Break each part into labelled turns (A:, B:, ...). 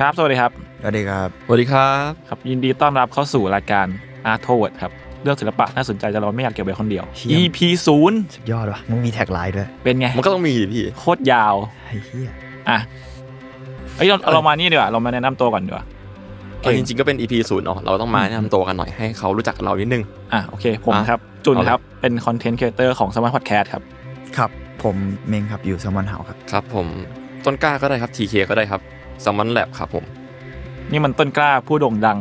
A: ครับ สวัสดีครับ
B: สวัสดีครับ
C: สวัสดีครับ
A: ครับ ยินดีต้อนรับเข้าสู่รายการ Art Toward ครับ เรื่องศิลปะน่าสนใจจะเราไม่อยากเก็บไว้คนเดียว
B: เชี่ยม
A: EP ศูนย์
B: สุดยอดว่ะมึงมีแท็กไลน์ด้วย
A: เป็นไง
C: มันก็ต้องมีดิพี่
A: โคตรยาว
B: ไอ้เหี้ย
A: อ่ะเอ้ยเราเรามานี่ดีกว่า เรามาแนะนำตัวก่อนดีกว่า เก่
C: เอา
A: ง
C: จริงๆก็เป็น EP ศูนย์เนาะเราต้องมาแนะนำตัวกันหน่อยให้เขารู้จักเรานิดนึง
A: อ่ะ โอเค ผม
C: อ่ะ
A: ครับ จุน
C: เอาเลย
A: ครับ เป็นคอนเทนต์ครีเอเตอร์ของสมาร์ทพอดแคสต์ครับ
B: ครับ ผมเมงครับอยู่สมอนเฮาครับ
C: ครับผมต้นกล้าก็ได้ครับ TK ก็ได้ครับสมันแลบครับผม
A: นี่มันต้นกล้าผู้โด่งดัง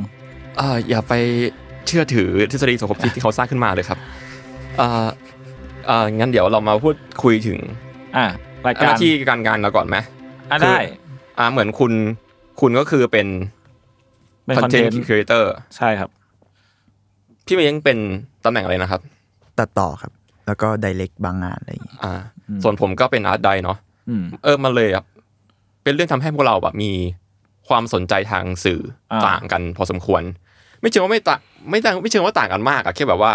C: เอ่ออย่าไปเชื่อถือทฤษฎีสมคบคิดที่เขาสร้างขึ้นมาเลยครับเอ่อเอ่องั้นเดี๋ยวเรามาพูดคุยถึง
A: อ่ะ ราย
C: ห
A: กา
C: น้าร ที่การงานเราก่อนไหม
A: อ่ะ
C: คือ
A: ได้
C: อ่าเหมือนคุณคุณก็คือเป็น
A: เป็นคอนเทน
C: content
A: ต์
C: creator
A: ใช่ครับ
C: พี่เมย์ยังเป็นตำแหน่งอะไรนะครับ
B: ตัดต่อครับ แล้วก็ไดเ c กบางงานอะไรอย่างงี้
C: อ่าส่วนผมก็เป็นอาร์ตไดเนาะ
A: อืม
C: เออมันเลยแบบเป็นเรื่องทำให้พวกเราแบบมีความสนใจทางสื่อ
A: อ่า
C: ต่างกันพอสมควร ไม่เชิงว่าไม่ต่างไม่ต่างไม่เชิงว่าต่างกันมากอะแค่แบบว่า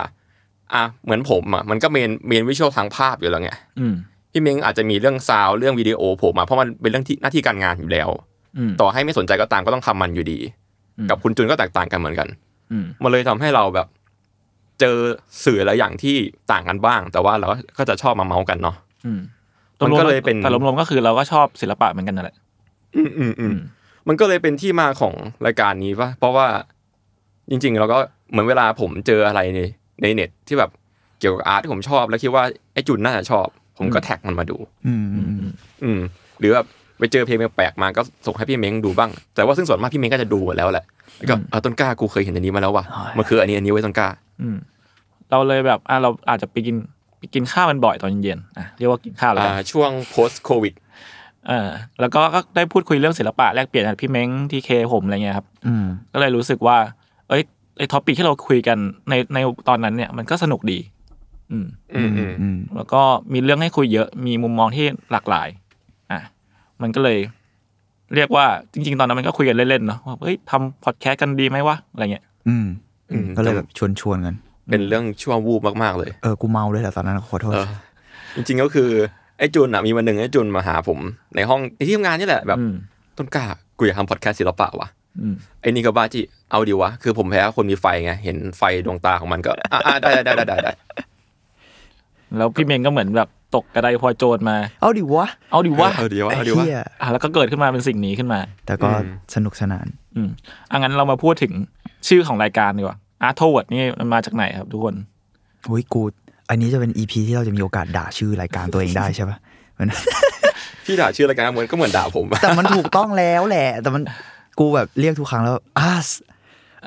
C: อ่ะเหมือนผมอะมันก็เมนเมนวิชวลทางภาพอยู่แล้วไง
A: อืม
C: พี่เมงอาจจะมีเรื่องซาวด์เรื่องวิดีโอโผมมาเพราะมันเป็นเรื่องที่หน้าที่การงานอยู่แล้ว
A: อืม
C: ต่อให้ไม่สนใจก็ตามก็ต้องทำมันอยู่ดี
A: อืม
C: กับคุณจุนก็แตกต่างกันเหมือนกัน
A: อืม
C: มันเลยทำให้เราแบบ เจอสื่อหลายอย่างที่ต่างกันบ้าง แต่ว่าเราก็จะชอบมาเมาส์กันเนาะ
A: อืม
C: มันก็เลยเป็น
A: แต่รวมๆก็คือเราก็ชอบศิลปะเหมือนกันนั่นแหละ
C: อืมอืมอื
A: อื
C: ม
A: ม
C: มันก็เลยเป็นที่มาของรายการนี้ปะเพราะว่าจริงๆเราก็เหมือนเวลาผมเจออะไรในในเน็ตที่แบบเกี่ยวกับอาร์ตที่ผมชอบ แล้วคิดว่าไอ้จุนน่าจะชอบ ผมก็แท็กมันมาดู
B: อืมอืมอืม
C: อืม หรือแบบไปเจอเพลงแปลกๆมาก็ส่งให้พี่เม้งดูบ้าง แต่ว่าซึ่งส่วนมากพี่เม้งก็จะดูหมดแล้วแหละแล้วก็เออต้นกล้ากูเคยเห็นอันนี้มาแล้วว่ะมันคืออันนี้อันนี้ไว้ยต้นกล้า
A: อืมเราเลยแบบอ่ะเราอาจจะไปกินไปกินข้าวมันบ่อยตอนเย็นๆอ่ะเรียกว่ากินข้าวแล้วกัน
C: อ่าช่วง post covid
A: เออแล้วก็ก็ได้พูดคุยเรื่องศิลปะแลกเปลี่ยนกับพี่เม้งทีเคผมอะไรเงี้ยครับ
B: อืม
A: ก็เลยรู้สึกว่า เอ้ยไอท็อปิกที่เราคุยกันในในตอนนั้นเนี่ยมันก็สนุกดี อืม
C: อืมอืม
B: อืม
A: แล้วก็มีเรื่องให้คุยเยอะมีมุมมองที่หลากหลายอ่ะมันก็เลย เรียกว่าจริง ๆ ตอนนั้นมันก็คุยกันเล่นๆเนาะว่าเอ้ยทำพอดแคสต์กันดีไหมวะอะไรเงี้ย
B: อืม
C: อืม
B: ก็เลยแบบชวนชวนๆกัน
C: เป็นเรื่องช่วงวูบมากๆเลย
B: เออ กูเมาด้วยแหละตอนนั้นขอโทษ
C: เออจริงๆก็คือไอ้จุนอ่ะมีวันหนึ่งไอ้จุนมาหาผม ในห้องในที่ทำงานนี่แหละแบบ
A: อืม
C: ต้นกล้ากูอยากทำพอดแคสต์ศิลปะวะ
A: อืม
C: ไอ้นี่ก็บ้าจีเอาดีวะคือผมแพ้คนมีไฟไงเห็นไฟดวงตาของมันก็อ่ะอ่ะได้ได้ได้ได้ได้
A: แล้วพี่เมงก็เหมือนแบบตกกระไดพลอยโจรมา
B: เอาดิวะ
A: เอาดิว่า
C: เออดีวะ
B: ไอ้
C: เอาดีวะ
B: เหี้ย
A: อ่ะแล้วก็เกิดขึ้นมาเป็นสิ่งนี้ขึ้นมา
B: แต่ก็
C: อืม
B: สนุกสนาน
A: อืมอ่ะงั้นเรามาพูดถึงชื่อของรายการดีกว่าอาร์ทเวิร์ดนี่มันมาจากไหนครับทุกคน
B: โอ้ยกู อันนี้จะเป็นอีพีที่เราจะมีโอกาสด่าชื่อรายการตัวเองได้ใช่ ปะมัน
C: พี่ด่าชื่อรายการเหมือนก็เหมือนด่าผม
B: แต่มันถูกต้องแล้วแหละ แต่มันกูแบบเรียกทุกครั้งแล้วอาส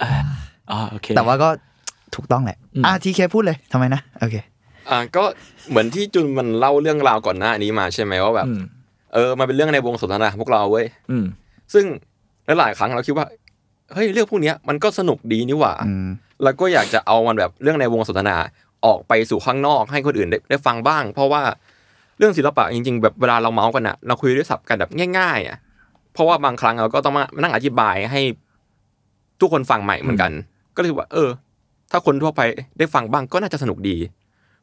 A: อ่าโอเค
B: แต่ว่าก็ถูกต้องแหละ
A: อืม
B: อ่ะทีเคพูดเลยทำไมนะ โอเค
C: อ่ะก็เหมือนที่จุนมันเล่าเรื่องราวก่อนหน้านี้มาใช่ไหมว่าแบบ
A: อืม
C: เออมันเป็นเรื่องในวงสนทนาของพวกเราเว้ย
A: อืม
C: ซึ่งหลายๆครั้งเราคิดว่าเฮ้ยเรื่องพวกเนี้ยมันก็สนุกดีนี่หว่า
B: อืม
C: แล้วก็อยากจะเอามันแบบเรื่องในวงสนทนาออกไปสู่ข้างนอกให้คนอื่นได้ได้ฟังบ้าง เพราะว่าเรื่องศิลปะจริง ๆ แบบเวลาเราเมาส์กันอะเราคุยด้วยศัพท์กันแบบง่ายๆอะเพราะว่าบางครั้งเราก็ต้องมานั่งอธิบายให้ทุกคนฟังใหม่เหมือนกัน ก็เลยว่า เออ ถ้าคนทั่วไปได้ฟังบ้างก็น่าจะสนุกดี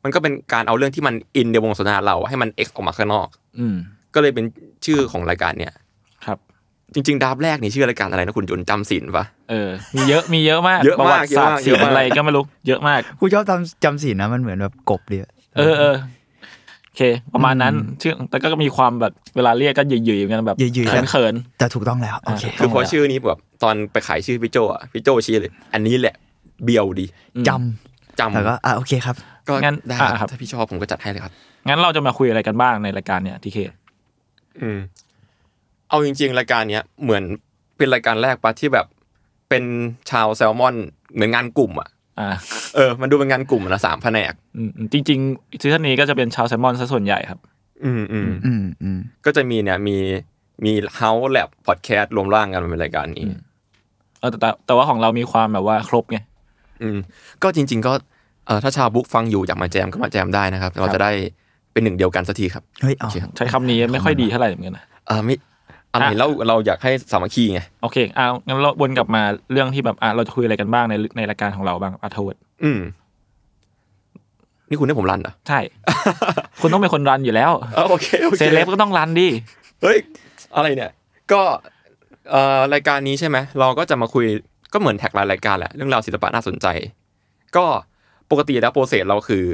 C: มันก็เป็นการเอาเรื่องที่มันอินในวงสนทนาเราให้มันเอ็กซ์ออกมาข้างนอก
A: อืม
C: ก็เลยเป็นชื่อของรายการเนี่ย
A: ครับ
C: จริง ๆดับแรกนี่ชื่อรายการอะไรนะคุณจุนจำศีลปะ
A: เออ มีเยอะมีเยอะมาก
C: เยอะมาก
A: ประวัติศาสตร์
C: เย
A: ศิ
C: อะ
A: ล
C: มาก
A: ป์อะไรก็ไม่รู้เยอะมาก
B: กูชอบจำจำสีลนะมันเหมือนแบบกบเดีย
A: เออเออโอเค ประมาณนั้นชื่อแต่ก็มีความแบบเวลาเรียกก็หยื่อๆเหมือนกันแบบ
B: หยื่อๆ
A: เขิน
B: แต่ถูกต้องแล้วโอเค
C: คือพอชื่อนี้แบบตอนไปขายชื่อพี่โจอ่ะพี่โจชี้เลย อันนี้แหละเบียวดี
B: จ
C: จำ
B: ำแต่ก็อ่ะโอเคครับ
C: ก็
A: งั้น
C: ได้
A: อ่ะค
C: ค
A: รั
C: รับ บถ้าพี่ชอบผมก็จัดให้เลยครับ
A: ๆงั้นเราจะมาคุยอะไรกันบ้างในรายการเนี่ยทีเค
C: อืมเอาจริง ๆ รายการเนี้ยเหมือนเป็นรายการแรกปะที่แบบเป็นชาวแซลมอนเหมือนงานกลุ่มอ่ะ
A: อ่า
C: เออมันดูเป็นงานกลุ่มอะนะสามแผนก
A: อืมจริงๆซีซั่นนี้ก็จะเป็นชาวแซลมอนซะส่วนใหญ่ครับ
C: อืมอืม
B: อืมอืม
C: ก็จะมีเนี่ยมีมีเฮาส์แลบพอดแคสต์รวมร่างกันเป็นรายการนี้
A: เออแต่แต่แต่ว่าของเรามีความแบบว่าครบไง
C: อืมก็จริง ๆ ก็เอ่อถ้าชาวบุ๊กฟังอยู่อยากมาแจมก็มาแจมได้นะครับ เราจะได้เป็นหนึ่งเดียวกันสักทีครับ
B: เฮ้ยเอา
C: โอเคครับ
A: ใช้คำนี้ไม่ค่อยดีเท่าไหร่เหมือนกันนะ
C: เออไม่อะไร
A: อ่ะ
C: เราเราอยากให้สามัคคีไง
A: โอเคอ่างั้นเราวนกลับมาเรื่องที่แบบอ่ะเราจะคุยอะไรกันบ้างในในรายการของเราบ้างอาทวด
C: อืม นี่คุณให้ผมรันเหรอ
A: ใช่ คุณต้องเป็นคนรันอยู่แล้ว
C: เออโอเคโอเค
A: เซเลบก็ต้องรันดิ
C: เฮ้ยอะไรเนี่ย ก็เอ่อรายการนี้ใช่ไหมเราก็จะมาคุยก็เหมือนแท็กรายรายการแหละเรื่องราวศิลปะน่าสนใจ ก็ปกติแล้วโปรเซสเราคือ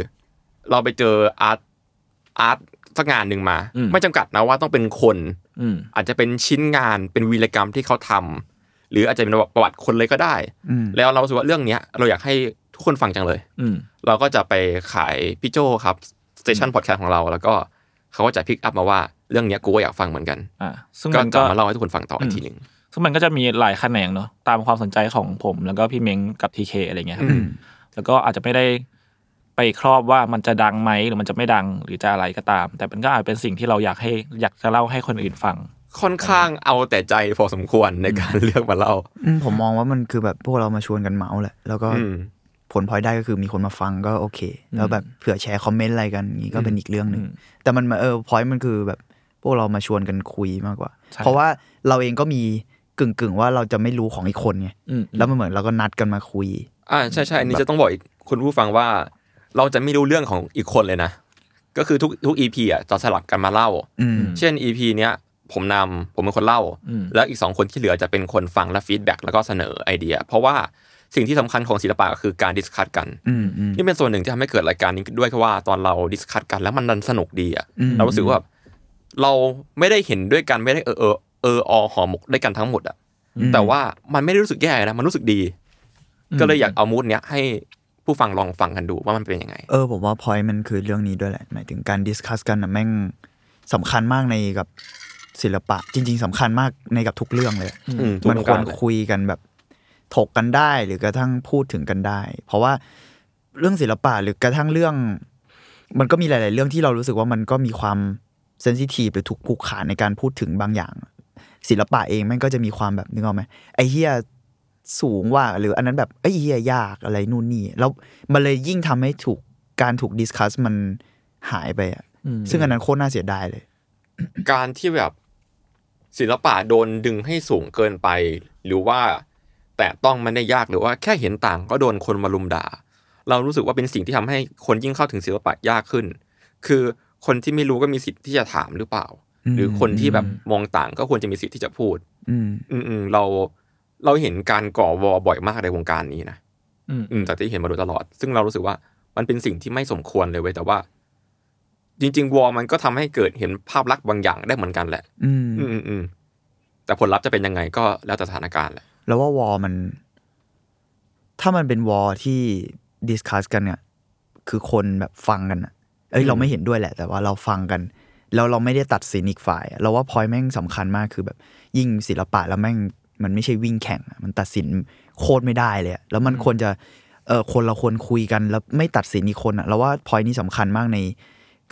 C: เราไปเจออาร์ตอาร์ตสักงานหนึ่งมา ไม่จำกัดนะว่าต้องเป็นคน
A: อืม
C: อาจจะเป็นชิ้นงานเป็นวีรกรรมที่เขาทำหรืออาจจะเป็นประวัติคนเลยก็ได้
B: อืม
C: แล้วเรารู้สึกว่าเรื่องเนี้ยเราอยากให้ทุกคนฟังจังเลย
A: อืม
C: เราก็จะไปขายพี่โจครับสเตชันพอดแคสต์ของเรา แล้วก็เขาก็จะพิกอัพมาว่าเรื่องเนี้ยกูก็อยากฟังเหมือนกัน
A: อ่าซึ่ง
C: ก็
A: มัน
C: จะ
A: ก็
C: มาเล่าให้ทุกคนฟังต่อ
A: อื
C: อีก
A: ม
C: ทีหนึ่ง
A: ซึ่งมันก็จะมีหลายแขนงเนาะตามความสนใจของผมแล้วก็พี่เม้งกับทีเคอะไรเงี้ยครับ
C: อืม
A: แล้วก็อาจจะไม่ได้ไปครอบว่ามันจะดังไหมหรือมันจะไม่ดังหรือจะอะไรก็ตาม แต่มันก็อาจเป็นสิ่งที่เราอยากให้อยากจะเล่าให้คนอื่นฟัง
C: ค่อนข้างเอาแต่ใจพอสมควรในการเลือกมาเล่า
B: อืมผมมองว่ามันคือแบบพวกเรามาชวนกันเมาส์แหละแล้วก็
C: อืม
B: ผลพลอยได้ก็คือมีคนมาฟังก็โอเค แล้วแบบเผื่อแชร์คอมเมนต์อะไรกันอย่างนี้ก็เป็นอีกเรื่องหนึ่ง
A: อืม
B: แต่มันมาเออพอยมันคือแบบพวกเรามาชวนกันคุยมากกว่า
A: ใช่
B: เพราะว่าเราเองก็มีกึ่งกึ่งๆว่าเราจะไม่รู้ของอีกคนไง
A: อืม
B: แล้วมันเหมือนเราก็นัดกันมาคุย
C: อ่าใช่ใช่อันนี้จะต้องบอกอีกคุณผู้ฟังว่า เราจะไม่รู้เรื่องของอีกคนเลยนะ ก็คือทุกทุกอีพีอ่ะจะสลับกันมาเล่า
B: อืม
C: เช่น EP เนี้ยผมนำผมเป็นคนเล่า
A: อืม
C: แล้วอีกสองคนที่เหลือจะเป็นคนฟังและฟีดแบ็กแล้วก็เสนอไอเดีย เพราะว่าสิ่งที่สำคัญของศิลปะก็คือการดิสคัตกัน
B: อืมอืม
C: นี่เป็นส่วนหนึ่งที่ทำให้เกิดรายการนี้ด้วยเพราะว่าตอนเราดิสคัตกันแล้วมันดันสนุกดีอะ
B: อืม
C: เรารู้สึกว่าแบบเราไม่ได้เห็นด้วยกันไม่ได้เออเออเออออหอหมกด้วยกันทั้งหมดอะแต่ว่ามันไม่ได้รู้สึกแย่นะมันรู้สึกดี ก็เลยอยากเอามูดเนี้ยให้ผู้ฟังลองฟังกันดูว่ามันเป็นยังไง
B: เออผมว่าพอยมันคือเรื่องนี้ด้วยแหละ หมายถึงการดิสคัสกันนะแม่งสำคัญมากในกับศิลปะ จริง ๆสำคัญมากในกับทุกเรื่องเลย
C: อืม
B: มัน
C: ทุก
B: ค
C: ประ
B: วร
C: การเลย
B: คุยกันแบบถกกันได้หรือกระทั่งพูดถึงกันได้ เพราะว่าเรื่องศิลปะหรือกระทั่งเรื่อง มันก็มีหลาย ๆ เรื่องที่เรารู้สึกว่ามันก็มีความเซนซิทีฟหรือถูกผูกขาดในการพูดถึงบางอย่าง ศิลปะเองมันก็จะมีความแบบนึกออกไหมไอเฮียสูงว่า หรืออันนั้นแบบไอเฮียยากอะไรนู่นนี่แล้วมันเลยยิ่งทำให้ถูกการถูกดิสคัสมันหายไปอะ
A: อืม
B: ซึ่งอันนั้นโคตรน่าเสียดายเลย
C: การที่แบบศิลปะโดนดึงให้สูงเกินไป หรือว่าแต่ต้องมันได้ยากหรือว่าแค่เห็นต่างก็โดนคนมาลุมด่า เรารู้สึกว่าเป็นสิ่งที่ทำให้คนยิ่งเข้าถึงศิลปะยากขึ้น คือคนที่ไม่รู้ก็มีสิทธิ์ที่จะถามหรือเปล่า
B: อืม
C: หรือคนที่แบบมองต่างก็ควรจะมีสิทธิ์ที่จะพูด
B: อืม
C: อืมๆเราเราเห็นการก่อวอบ่อยมากในวงการนี้นะ
A: อืม
C: อืมจากที่เห็นมาโดยตลอด ซึ่งเรารู้สึกว่ามันเป็นสิ่งที่ไม่สมควรเลยเว้ยแต่ว่า จริง ๆ วอมันก็ทำให้เกิดเห็นภาพลักษณ์บางอย่างได้เหมือนกันแหละ
B: อืม
C: อืมอืมๆแต่ผลลัพธ์จะเป็นยังไงก็แล้วแต่สถานการณ์แหละ
B: แล้วว่าวอลมัน ถ้ามันเป็นวอลที่ดิสคัสกันเนี่ย คือคนแบบฟังกันอะเอ้ยเราไม่เห็นด้วยแหละ แต่ว่าเราฟังกัน แล้วเราไม่ได้ตัดสินอีกฝ่ายอะเราว่าพอยแม่งสำคัญมากคือแบบ ยิ่งศิลปะแล้วแม่งมันไม่ใช่วิ่งแข่งอะมันตัดสินโคตรไม่ได้เลยอะแล้วมันควรจะเออคนเราควรคุยกัน แล้วไม่ตัดสินอีกคนอะเราว่าพอยนี้สำคัญมากใน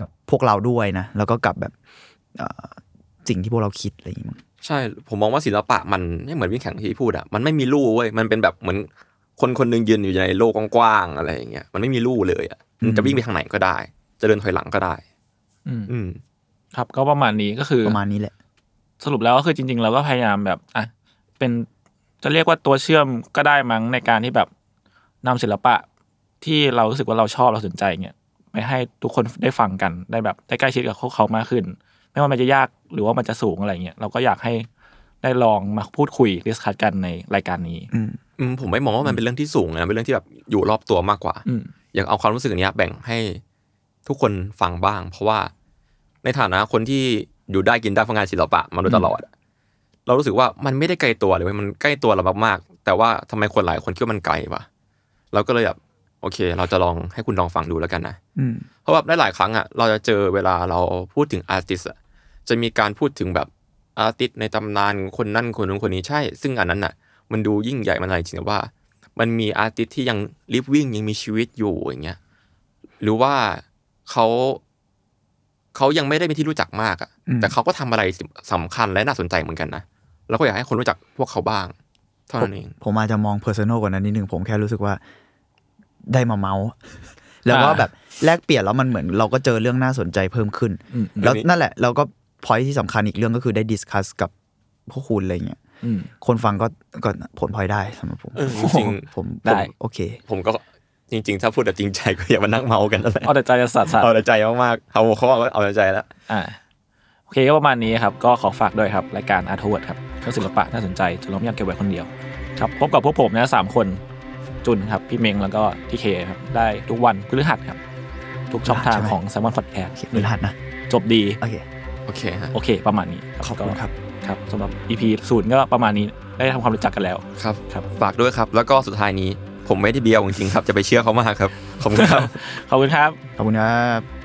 B: กับพวกเราด้วยนะแล้วก็กับแบบเอ่อสิ่งที่พวกเราคิดอะไรอย่างงี้มั้ง
C: ใช่ ผมมองว่าศิลปะมันไม่เหมือนวิ่งแข่งที่พูดอะมันไม่มีลู่เว้ย มันเป็นแบบเหมือนคนคนหนึงยืนอยู่ในโลกกว้างๆอะไรอย่างเงี้ย มันไม่มีลู่เลยอะมันจะวิ่งไปทางไหนก็ได้ จะเดินถอยหลังก็ได้
A: อืม
C: อืม
A: ครับก็ประมาณนี้ก็คือ
B: ประมาณนี้แหละ
A: สรุปแล้วก็คือจริงๆ เราก็พยายามแบบอ่ะเป็นจะเรียกว่าตัวเชื่อมก็ได้มั้งในการที่แบบนำศิลปะที่เรารู้สึกว่าเราชอบเราสนใจเงี้ยไปให้ทุกคนได้ฟังกันได้แบบได้ใกล้ชิดกับพวกเขามากขึ้น ไม่ว่ามันจะยากหรือว่ามันจะสูงอะไรเงี้ยเราก็อยากให้ได้ลองมาพูดคุยดิสคัทกันในรายการนี้
B: อืม
C: อืมผมไม่มองว่ามันเป็นเรื่องที่สูงนะเป็นเรื่องที่แบบอยู่รอบตัวมากกว่า
A: อืม
C: อยากเอาความรู้สึกเนี้ยแบ่งให้ ทุกคนฟังบ้าง เพราะว่าในฐานะคนที่อยู่ได้กินได้ฟังงานศิลปะมาโดยตลอดอะเรารู้สึกว่ามันไม่ได้ไกลตัวเลยเว้ยมันใกล้ตัวเรามากๆแต่ว่าทำไมคนหลายคนคิดว่ามันไกลวะเราก็เลยแบบโอเค เราจะลองให้คุณลองฟังดูแล้วกันนะ
B: อืม
C: เพราะแบบได้หลายครั้งอ่ะเราจะเจอเวลาเราพูดถึงอาร์ติสอะจะมีการพูดถึงแบบอาร์ติสในตำนานคนนั่นคนนู้นคนนี้ใช่ ซึ่งอันนั้นอ่ะ มันดูยิ่งใหญ่มันอะไรจริงแต่ว่า มันมีอาร์ติสที่ยังลิฟวิ่งยังมีชีวิตอยู่อย่างเงี้ยหรือว่าเขาเขายังไม่ได้เป็นที่รู้จักมากอ่ะ
B: อืม
C: แต่เขาก็ทำอะไรสำคัญและน่าสนใจเหมือนกันนะเราก็อยากให้คนรู้จักพวกเขาบ้าง เท่านั้นเอง
B: ผมอาจจะมองเพอร์ซันอลกว่านั้นนิดนึง ผมแค่รู้สึกว่าได้มาเมาส์ แล้วว่าแบบแลกเปลี่ยนแล้วมันเหมือนเราก็เจอเรื่องน่าสนใจเพิ่มขึ้น
A: อืมอืม
B: แล้ว
C: อันนี้
B: นั่นแหละเราก็พอยที่สำคัญอีกเรื่องก็คือได้ดิสคัสกับพวกคุณอะไรเงี้ย
A: อืม
B: คนฟังก็ก็ผลพลอยได้สำหรับผม
C: เออจริง
B: ผมผม
A: ได้
B: โอเค
C: ๆผมก็จริง ๆ ถ้าพูดแบบจริงใจ ก็อย่ามานั่งเมากันนั่นแหละ
A: เอาแต่ใจจะสัตว์สัตว์
C: เอาแต่ใจมากๆเอาหัวข้อก็เอาแต่ใจแล้ว
A: อ่าโอเคก็ประมาณนี้ครับ ก็ขอฝากด้วยครับ รายการอาร์ทเวิร์ดครับเครื่องศิลปะน่าสนใจจนเราไม่อยากเก็บไว้คนเดียว ครับพบกับพวกผมนะสามคนจุนครับ พี่เมงแล้วก็พี่เคครับ ได้ทุกวันพฤหัสครับ ทุกช่องทาง
B: ใช่ไหม
A: ของแซมมอนฟอดแคส
B: โอเครหัสนะ
A: จบดี
B: โอเค
C: โอเคฮะ
A: โอเค ประมาณนี้
B: ขอบคุณครับ
A: ก็ครับสำหรับ EP ศูนย์ก็ประมาณนี้ได้ทำความรู้จักกันแล้ว
C: ครับ
A: ครับ
C: ฝากด้วยครับ แล้วก็สุดท้ายนี้ ผมไม่ได้เบียวจริงๆครับ จะไปเชื่อเขามากครับ ขอบคุณครับ
A: ขอบคุณครับ
B: ขอบคุณครับ